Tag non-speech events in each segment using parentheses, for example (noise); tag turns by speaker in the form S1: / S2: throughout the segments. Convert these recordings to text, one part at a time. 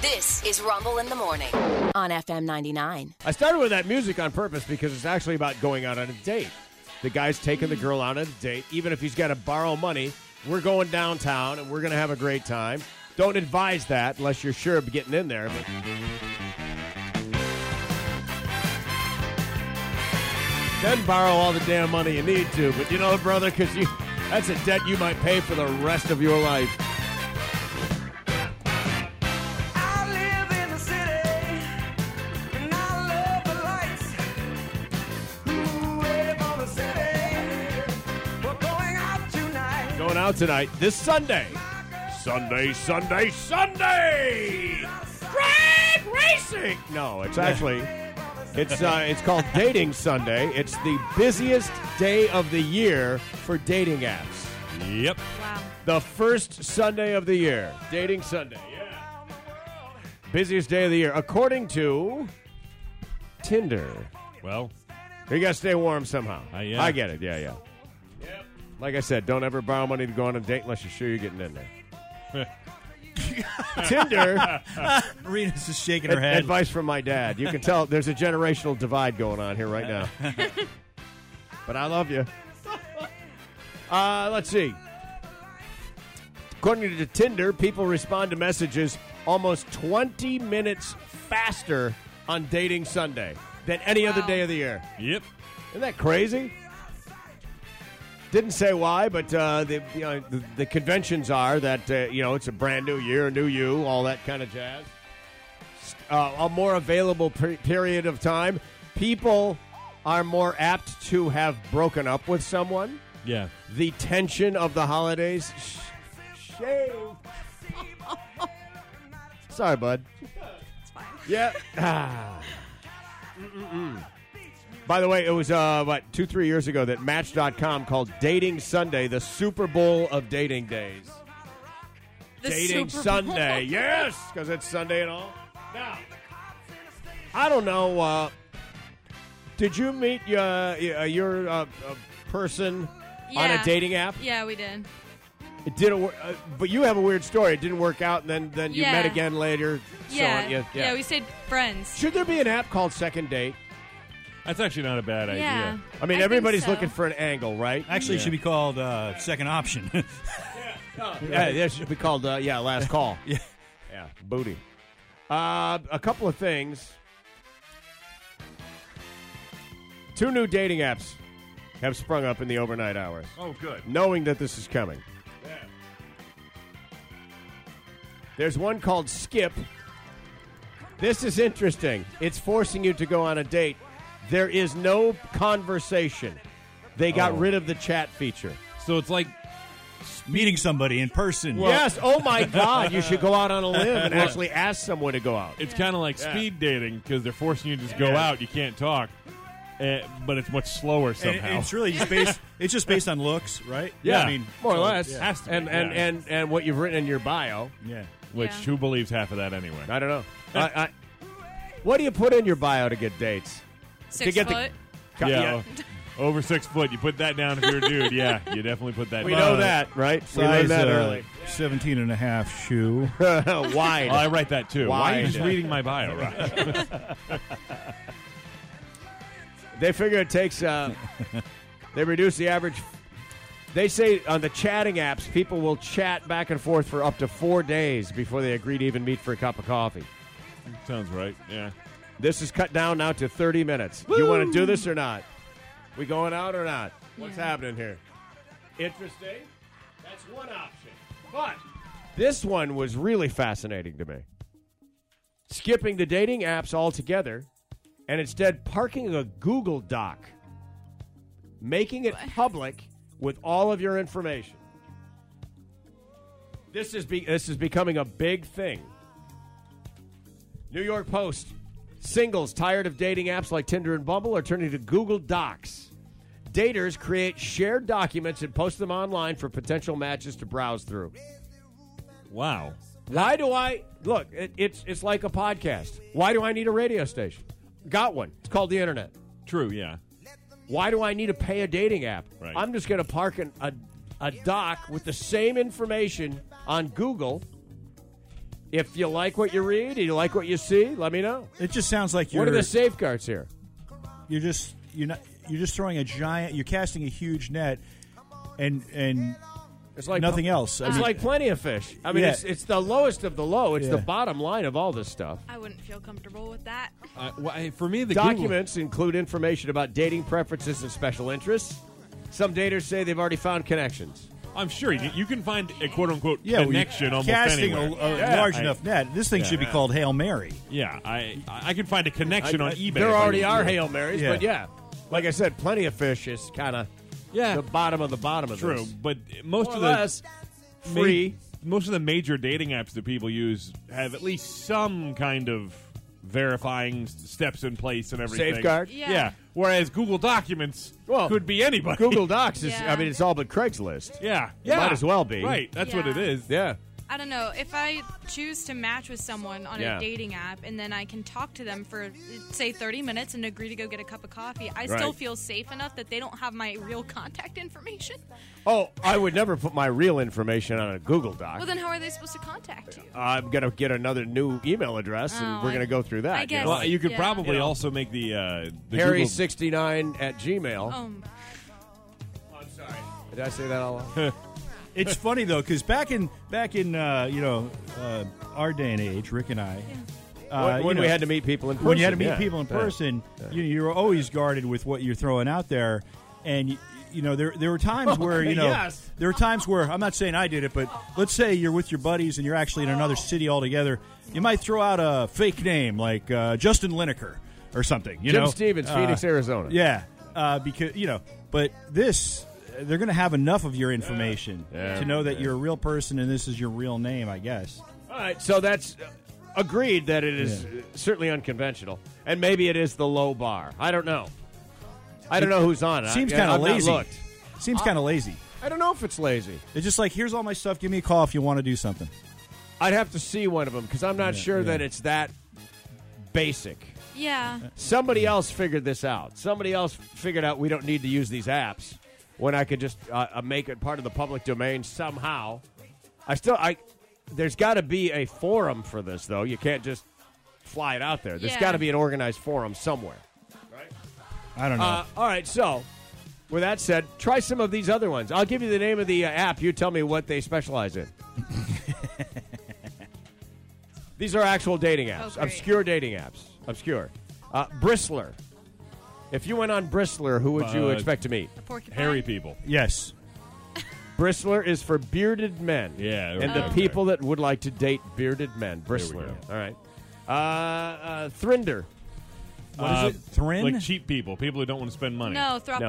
S1: This is Rumble in the Morning on FM 99.
S2: I started with that music on purpose because it's actually about going out on a date. The guy's taking the girl out on a date, even if he's got to borrow money. We're going downtown and we're going to have a great time. Don't advise that unless you're sure of getting in there. But then borrow all the damn money you need to. But you know, brother, because you that's a debt you might pay for the rest of your life.
S3: I live in the city, and I love the lights. Ooh, wave on the city. We're going out tonight.
S2: Going out tonight this Sunday. Sunday, Sunday, Sunday! Drag racing! No, it's
S4: (laughs)
S2: actually it's uh, it's called Dating Sunday. It's the busiest day of the year for dating apps. Yep.
S5: Wow.
S2: The first Sunday of the year, Dating Sunday. Yeah. Busiest day of the year according to Tinder.
S4: Well,
S2: You got to stay warm somehow.
S4: Uh, yeah.
S2: I get it. Yeah, yeah. Like I said, don't ever borrow money to go on a date unless you're sure you're getting in there.
S4: (laughs)
S2: Tinder,
S4: Rena's just shaking her head.
S2: advice from my dad. You can tell there's a generational divide going on here right now.
S4: (laughs)
S2: but I love you. Uh, let's see. According to Tinder, people respond to messages almost 20 minutes faster on Dating Sunday than any other
S5: Wow.
S2: day of the year.
S4: Yep.
S2: Isn't that crazy? Didn't say why, but uh, the, you know, the the conventions are that uh, you know it's a brand new year, a new you, all that kind of jazz. Uh, a more available per- period of time, people are more apt to have broken up with someone.
S4: Yeah.
S2: The tension of the holidays. Sh- shame. Sorry, bud.
S5: It's fine. (laughs)
S2: Yeah. Ah. By the way, it was uh, what two, three years ago that Match.com called Dating Sunday the Super Bowl of dating days.
S5: The
S2: dating
S5: Super Bowl. (laughs)
S2: Sunday, yes, because it's Sunday and all. Now, I don't know. Uh, did you meet uh, y- uh, your uh, uh, person on a
S5: Yeah.
S2: dating app?
S5: Yeah, we did.
S2: It didn't, wor- uh, but you have a weird story. It didn't work out, and then then you
S5: Yeah.
S2: met again later.
S5: Yeah.
S2: So, on. yeah, yeah.
S5: we stayed friends.
S2: Should there be an app called Second Date?
S4: That's actually not a bad
S5: Yeah.
S4: idea.
S2: I mean,
S5: think
S2: everybody's
S5: so.
S2: looking for an angle, right?
S6: Actually, it should be called uh, second option. (laughs)
S2: Yeah, that should be called, uh, yeah, last call. yeah. Yeah, booty. Uh, a couple of things. Two new dating apps have sprung up in the overnight hours,
S4: Oh, good.
S2: knowing that this is coming. There's one called Skip. This is interesting. It's forcing you to go on a date. There is no conversation. They got
S4: Oh.
S2: rid of the chat feature.
S4: So it's like
S6: Meeting somebody in person.
S2: yes. Oh
S4: (laughs)
S2: my God! You should go out on a limb and actually ask someone to go out.
S4: it's kind of like
S2: Yeah.
S4: speed dating because they're forcing you to just go
S2: Yeah.
S4: out. You can't talk, uh, but it's much slower
S6: And it-
S4: somehow.
S6: it's really just
S4: (laughs)
S6: based. it's just based on looks, right?
S4: Yeah.
S6: I mean,
S2: more or
S6: so,
S2: less.
S6: Yeah.
S4: Has to be,
S2: and, and,
S4: yeah.
S2: and and what you've written in your bio.
S6: yeah.
S4: Which
S5: Yeah.
S4: who believes half of that anyway?
S2: I don't know. I, I, what do you put in your bio to get dates?
S5: Six
S2: get the-
S5: foot.
S2: Co-
S6: (laughs)
S4: yeah. o- Over six foot, you put that down if you're a dude. Yeah, you definitely put that.
S2: we
S4: down.
S2: know that, right? we
S6: Size,
S2: learned that
S6: uh,
S2: early.
S6: 17 and a half shoe.
S2: (laughs) Wide.
S4: (laughs) Well, I write that too. Why are you
S2: Wide. (laughs)
S4: just reading my bio, right?
S2: They figure it takes. (laughs) Uh, they reduce the average. They say on the chatting apps, people will chat back and forth for up to four days before they agree to even meet for a cup of coffee.
S4: Sounds right. Yeah.
S2: This is cut down now to 30 minutes. You want to do this or not? We going out or not? What's
S5: Yeah.
S2: happening here? Interesting. That's one option. But this one was really fascinating to me. Skipping the dating apps altogether and instead parking a Google Doc, making it public with all of your information. This is be- this is becoming a big thing. New York Post. Singles tired of dating apps like Tinder and Bumble are turning to Google Docs. Daters create shared documents and post them online for potential matches to browse through.
S4: Wow.
S2: Why do I look? It, it's it's like a podcast. Why do I need a radio station? Got one. It's called the internet.
S4: True. Yeah.
S2: Why do I need to pay a dating app?
S4: Right.
S2: I'm just going to park an, a a doc with the same information on Google, If you like what you read, you like what you see, let me know.
S6: It just sounds like you're
S2: What are the safeguards here?
S6: you're just you're not you're just throwing a giant you're casting a huge net and and
S2: It's like
S6: nothing else. I
S2: It's
S6: mean,
S2: like plenty of fish. I mean,
S6: Yeah.
S2: it's it's the lowest of the low. It's
S6: Yeah.
S2: the bottom line of all this stuff.
S5: I wouldn't feel comfortable with that.
S7: Uh, well, I- for me, the
S2: Documents include information about dating preferences and special interests. Some daters say they've already found connections.
S4: I'm sure you, you can find a quote unquote
S6: yeah, well, you're
S4: connection almost
S6: casting
S4: anywhere.
S6: a, a
S4: Yeah,
S6: large
S4: I-
S6: enough net. This thing should be called Hail Mary.
S4: Yeah, I I I can find a connection
S2: I-
S4: on
S2: I-
S4: eBay.
S2: There
S4: if I
S2: already
S4: go
S2: are
S4: through it.
S2: Hail Marys,
S6: Yeah.
S2: but yeah. Like I said, plenty of fish is kind of
S4: Yeah. (laughs)
S2: the bottom of the bottom of
S4: True,
S2: this.
S4: but most
S2: More
S4: of
S2: or
S4: the
S2: less,
S4: ma-
S2: free.
S4: most of the major dating apps that people use have at least some kind of verifying s- steps in place and everything.
S2: Safeguard?
S4: Yeah.
S5: Yeah.
S4: Whereas Google Documents
S2: Well,
S4: could be anybody.
S2: Google Docs is,
S5: Yeah.
S2: I mean, it's all but Craigslist.
S4: (laughs) Yeah. Yeah.
S2: might as well be.
S4: Right. That's what
S5: Yeah.
S4: it is.
S2: Yeah.
S5: I don't know. If I choose to match with someone on
S2: Yeah.
S5: a dating app and then I can talk to them for, say, 30 minutes and agree to go get a cup of coffee, I still
S2: Right.
S5: feel safe enough that they don't have my real contact information.
S2: Oh, I would never put my real information on a Google Doc.
S5: Well, then how are they supposed to contact you?
S2: I'm going to get another new email address, and
S5: Oh,
S2: we're going to
S5: I-
S2: go through that.
S5: I
S2: you
S5: guess.
S2: know?
S4: Well, you could
S5: Yeah.
S4: probably
S2: You know.
S4: also make the uh, the Google-
S2: Harry69 at Gmail.
S5: Um,
S2: Did I say that (laughs) all out loud?
S6: It's funny though, because back in back in uh, you know uh, our day and age, Rick and I, uh,
S2: When-
S6: you
S2: when
S6: know,
S2: we had to meet people in person.
S6: when you had to meet
S2: yeah.
S6: people in
S2: Yeah.
S6: person, you, you were always guarded with what you're throwing out there, and you, you know there there
S2: (laughs)
S6: were times where you know
S2: yes.
S6: there were times where I'm not saying I did it, but let's say you're with your buddies and you're actually in another city altogether, you might throw out a fake name like uh, Justin Lineker or something. You
S2: Jim
S6: know,
S2: Stevens,
S6: Uh,
S2: Phoenix, Arizona.
S6: Yeah, uh, because you know, but this they're going to have enough of your information
S2: Yeah.
S6: to know that you're a real person and this is your real name. I guess.
S2: All right, so that's uh, agreed that it is uh certainly unconventional, and maybe it is the low bar. I don't know. I don't know who's on it.
S6: Seems
S2: I-
S6: kind
S2: I've
S6: of
S2: not
S6: lazy.
S2: looked.
S6: Seems kind of lazy.
S2: I don't know if it's lazy.
S6: It's just like here's all my stuff. Give me a call if you want to do something.
S2: I'd have to see one of them because I'm not
S6: Yeah,
S2: sure
S6: yeah.
S2: that it's that basic.
S5: yeah.
S2: Somebody else figured this out. Somebody else figured out we don't need to use these apps when I could just uh, uh, make it part of the public domain somehow. I still, I there's got to be a forum for this though. You can't just fly it out there. There's
S5: Yeah.
S2: got to be an organized forum somewhere.
S6: I don't know.
S2: Uh, all right, so with that said, try some of these other ones. I'll give you the name of the uh, app. You tell me what they specialize
S4: (laughs)
S2: in. these are actual dating
S4: Oh,
S2: apps,
S5: great.
S2: obscure dating apps, obscure. Uh, Bristler. If you went on Bristler, who would you
S4: Uh,
S2: expect to meet?
S5: A porcupine.
S4: hairy people.
S6: yes.
S2: Bristler is for bearded men.
S4: Yeah,
S2: And the
S4: okay.
S2: people that would like to date bearded men. Bristler.
S4: go.
S2: All right. Uh, uh, Thrinder.
S6: What is
S4: Uh,
S6: it? Thrin.
S4: Like cheap people, people who don't want to spend money.
S5: No, thruples.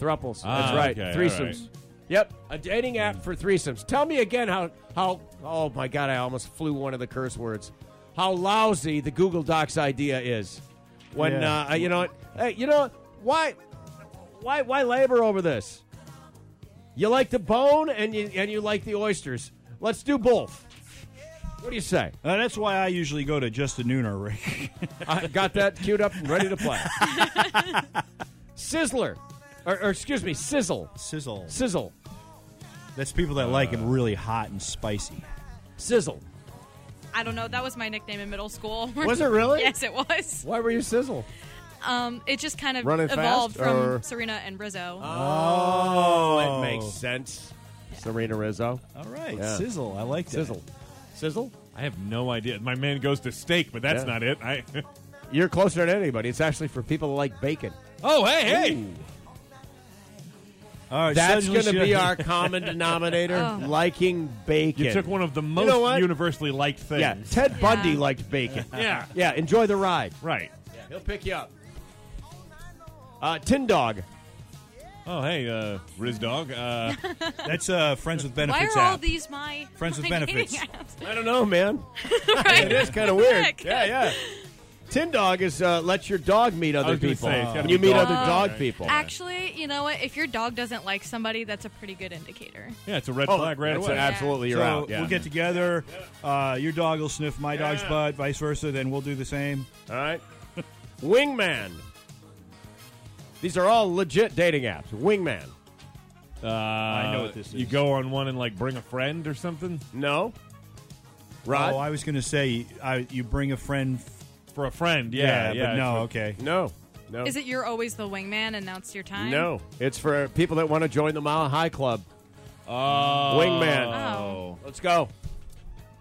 S2: No. Thruples. That's
S4: Ah,
S2: right.
S4: okay, all
S2: threesomes.
S4: right. Hmm.
S2: Yep. A dating app for threesomes. Tell me again how how oh my god, I almost flew one of the curse words. How lousy the Google Docs idea is. When
S6: Yeah.
S2: uh, you know what- hey, you know what? why why why labor over this? You like the bone and you and you like the oysters. Let's do both. What do you say?
S6: Uh, that's why I usually go to just a nooner, Rick. (laughs)
S2: I got that queued up and ready to play. Sizzler. Or, or excuse me, sizzle.
S6: Sizzle.
S2: Sizzle.
S6: That's people that like it
S2: Uh.
S6: really hot and spicy.
S2: Sizzle.
S5: I don't know. That was my nickname in middle school. (laughs)
S2: (laughs) Was it really?
S5: yes, it was.
S2: Why were you sizzle?
S5: Um, it just kind of
S2: Running
S5: evolved
S2: fast,
S5: from
S2: or-
S5: Serena and Rizzo.
S2: Oh, it makes sense. Serena Rizzo.
S6: All right,
S2: Yeah.
S6: sizzle. I like that.
S2: Sizzle. Sizzle?
S4: I have no idea. My man goes to steak, but that's
S2: Yeah.
S4: not it. I (laughs)
S2: You're closer than anybody. It's actually for people who like bacon.
S4: Oh, hey, hey.
S6: All right,
S2: That's
S6: sizzle
S2: going to
S6: should-
S2: be our (laughs) common denominator
S5: Oh.
S2: liking bacon.
S4: You took one of the most
S2: know what?
S4: universally liked things.
S2: Yeah, Ted Bundy
S5: Yeah.
S2: liked bacon.
S4: Yeah.
S2: (laughs) yeah, enjoy the ride.
S4: Right.
S2: He'll pick you up. Uh, Tin Dog.
S4: Oh, hey, uh, Riz Dog. Uh,
S6: That's uh, friends with
S5: Why
S6: benefits
S5: are all
S6: app.
S5: these my
S6: Friends with
S5: (laughs) my dating
S6: benefits.
S5: apps?
S2: I don't know, man.
S5: right?
S2: It is
S5: (laughs)
S2: kind of weird.
S5: Heck.
S2: Yeah, yeah. Tin Dog is uh, let your dog meet other
S4: was gonna
S2: people.
S4: say, it's gotta
S2: when
S4: be
S2: you meet
S4: dog.
S2: other dog
S4: Oh.
S2: people.
S5: Actually, you know what? If your dog doesn't like somebody, that's a pretty good indicator.
S4: yeah, it's a red flag right
S2: Oh, that's
S4: away.
S2: an- Absolutely, you're
S6: so
S2: out. Yeah.
S6: we'll get together. Uh, your dog will sniff my dog's
S4: Yeah.
S6: butt, vice versa. Then we'll do the same.
S2: All right. Wingman. These are all legit dating apps. Wingman.
S4: Uh, I
S6: know what this
S4: You
S6: is.
S4: go on one and like bring a friend or something.
S2: No. Rod?
S6: Oh, I was going to say I, you bring a friend.
S4: for a friend. Yeah, yeah.
S6: but no,
S4: it's-
S6: okay.
S2: no. No.
S5: Is it you're always the wingman and now it's your time?
S2: No. It's for people that want to join the Mile High Club.
S4: Oh,
S2: Wingman.
S5: Oh.
S2: Let's go.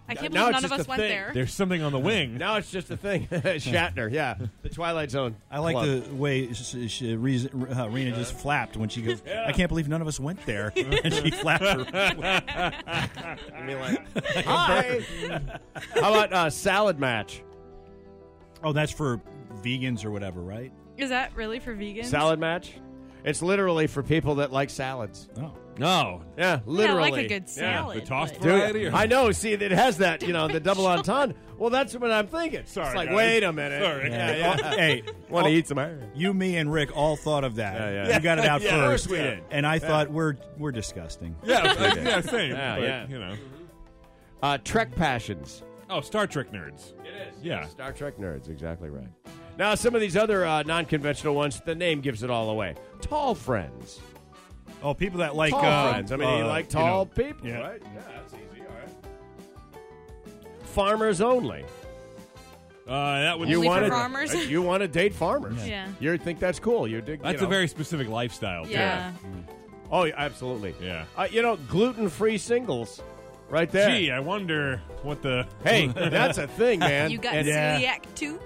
S5: I can't
S2: Now
S5: believe
S2: it's
S5: none of
S2: just
S5: us
S2: a
S5: went
S2: thing.
S5: there.
S4: There's something on the wing.
S2: Now it's just a thing. (laughs) Shatner, yeah. The Twilight Zone.
S6: I like
S2: Club.
S6: the way s- s- she- Reese- uh, Rena just flapped when she goes. I can't believe none of us went there, and she flapped. Her.
S2: I mean, like, (laughs) hi. How about uh, salad match?
S6: Oh, that's for vegans or whatever, right?
S5: Is that really for vegans?
S2: Salad match? It's literally for people that like salads.
S6: Oh,
S4: No,
S2: Yeah, literally.
S5: Yeah, I like a good salad.
S4: the tossed
S2: Do it.
S4: variety. Or-
S2: I know. See, it has that, you know,
S4: (laughs)
S2: the double entendre. Well, that's what I'm thinking.
S4: Sorry,
S2: It's like,
S4: guys.
S2: wait a minute.
S4: Sorry. (laughs)
S2: Yeah, yeah.
S6: hey,
S2: Want to
S6: all-
S2: eat some iron?
S6: You, me, and Rick all thought of that.
S2: Yeah, yeah.
S6: You got it out
S2: Yeah, of course
S6: first.
S2: we did.
S6: And I thought we're we're disgusting.
S4: Yeah, but- yeah, same.
S2: Yeah,
S4: but,
S2: yeah.
S4: You know.
S2: Uh, Trek passions.
S4: Oh, Star Trek nerds.
S2: It is.
S4: Yeah.
S2: Star Trek nerds, exactly right. Now, some of these other uh, non-conventional ones, the name gives it all away. Tall friends.
S6: Oh, people that like
S2: tall
S6: uh,
S2: friends. I mean, you
S6: uh,
S2: like
S6: know,
S2: tall people,
S6: yeah.
S2: right? Yeah, that's easy. All right. Farmers only.
S4: Uh, that would.
S5: You Only for
S2: wanna-
S5: farmers?
S2: uh, (laughs) You want to date farmers?
S5: Yeah.
S2: You think that's cool? You dig?
S4: that's
S2: you know.
S4: a very specific lifestyle. too.
S5: yeah.
S2: Oh, yeah, absolutely.
S4: Yeah.
S2: Uh, you know, gluten-free singles, right there.
S4: Gee, I wonder what the
S5: (laughs)
S4: (laughs)
S2: Hey, that's a thing, man.
S5: You got
S2: And-
S5: celiac too?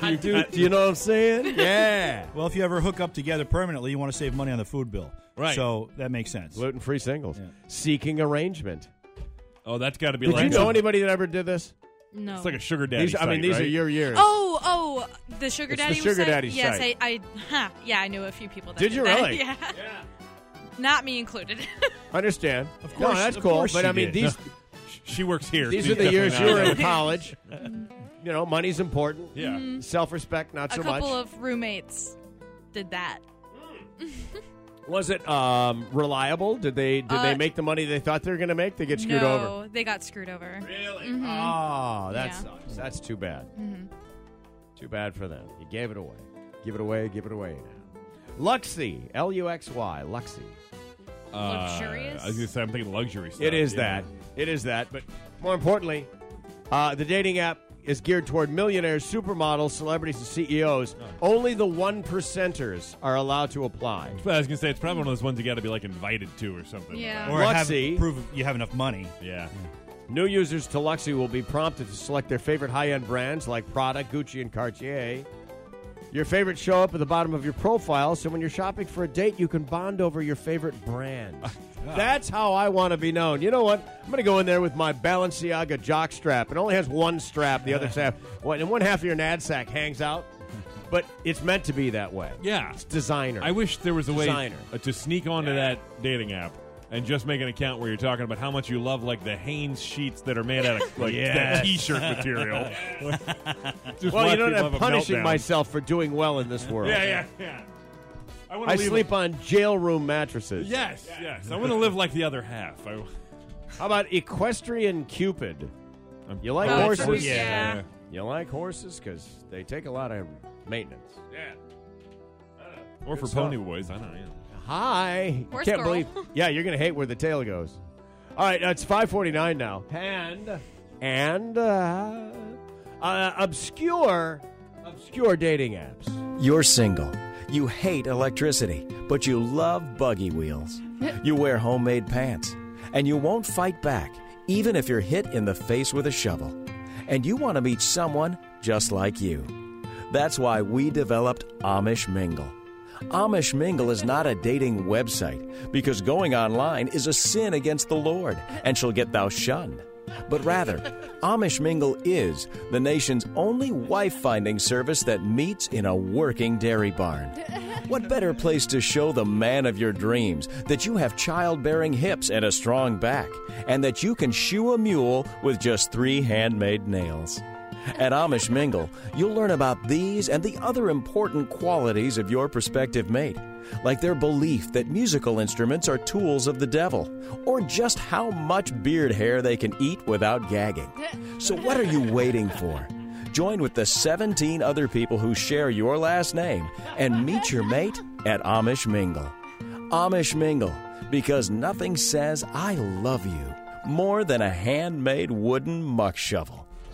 S2: I do. Do you know what I'm
S5: (laughs)
S2: saying? Yeah.
S6: Well, if you ever hook up together permanently, you want to save money on the food bill.
S4: Right.
S6: So that makes sense.
S2: gluten-free singles.
S6: Yeah.
S2: Seeking arrangement.
S4: Oh, that's got to be
S2: Did
S4: like
S2: you know anybody that ever did this?
S5: No.
S4: It's like a sugar daddy.
S2: These, I mean,
S4: site,
S2: these are
S4: right?
S2: your years.
S5: Oh, oh, the sugar
S2: It's the
S5: daddy.
S2: sugar
S5: site?
S2: daddy
S5: Yes,
S2: site.
S5: I, I huh, yeah, I knew a few people. that
S2: Did you
S5: that.
S2: really?
S5: (laughs) Yeah. Not me included. (laughs)
S2: Understand? Of
S6: course-
S2: that's
S6: of
S2: cool.
S6: course
S2: But
S6: you
S2: I mean,
S6: did.
S2: these
S4: She works here.
S2: these
S4: She's
S2: are the years you
S4: definitely
S2: were in
S5: (laughs)
S4: not-
S2: college. You know, money's important.
S4: (laughs) Yeah.
S5: Mm,
S2: Self-respect, not so
S5: a
S2: much.
S5: couple of roommates did that.
S2: Was it um, reliable? Did they did they
S5: Uh,
S2: make the money they thought they were going to make? They get screwed
S5: no,
S2: over.
S5: they got screwed over.
S2: Really? Oh, that
S5: Yeah.
S2: sucks. That's too bad. Too bad for them. You gave it away. Give it away. Give it away now. Luxy, L U X Y, Luxy.
S4: Uh,
S5: Luxurious.
S4: I was gonna say, I'm thinking luxury stuff.
S2: It is
S4: yeah.
S2: that. It is that. But more importantly, uh, the dating app is geared toward millionaires, supermodels, celebrities, and CEOs. Only the one percenters are allowed to apply.
S4: But I was gonna say it's probably one of those ones you got to be like invited to or something.
S5: Yeah.
S6: Or have,
S2: Luxy.
S6: prove you have enough money.
S4: Yeah.
S2: New users to Luxy will be prompted to select their favorite high end brands like Prada, Gucci, and Cartier. Your favorites show up at the bottom of your profile, so when you're shopping for a date, you can bond over your favorite
S4: (laughs)
S2: brand. That's how I want to be known. You know what? I'm going to go in there with my Balenciaga jock strap. It only has one strap, the other strap, one, and one half of your knapsack hangs
S4: (laughs)
S2: out. But it's meant to be that way.
S4: Yeah.
S2: It's designer.
S4: I wish there was a way
S2: Designer.
S4: uh, to sneak onto that dating app and just make an account where you're talking about how much you love like the Hanes sheets that are made
S2: (laughs)
S4: out of like
S6: Yes.
S4: that T-shirt material. Just
S2: well, you
S4: watch
S2: know,
S4: people
S2: I'm
S4: have a
S2: punishing
S4: meltdown.
S2: myself for doing well in this world.
S4: Yeah, yeah, yeah. I want
S2: I
S4: leave
S2: sleep on jail room mattresses.
S4: Yes,
S2: (laughs)
S4: yes. I want to live like the other half. I,
S2: How about Equestrian Cupid?
S4: I'm-
S2: You like
S5: Oh,
S2: horses?
S5: horses,
S4: Yeah.
S5: yeah.
S2: You like horses because they take a lot of maintenance.
S4: Or for
S2: Good stuff.
S4: pony boys, I don't know.
S2: Hi.
S5: Horse
S2: Can't
S5: girl. (laughs)
S2: believe. Yeah, you're gonna hate where the tail goes. All right, uh, it's 5:49 now, and and uh, uh, obscure obscure dating apps.
S7: You're single. You hate electricity, but you love buggy wheels. You wear homemade pants, and you won't fight back, even if you're hit in the face with a shovel. And you want to meet someone just like you. That's why we developed Amish Mingle. Amish Mingle is not a dating website because going online is a sin against the Lord and shall get thou shunned. But rather, Amish Mingle is the nation's only wife finding service that meets in a working dairy barn. What better place to show the man of your dreams that you have childbearing hips and a strong back, and that you can shoe a mule with just three handmade nails? At Amish Mingle, you'll learn about these and the other important qualities of your prospective mate, like their belief that musical instruments are tools of the devil, or just how much beard hair they can eat without gagging. So, what are you waiting for? Join with the 17 other people who share your last name and meet your mate at Amish Mingle. Amish Mingle, because nothing says I love you more than a handmade wooden muck shovel.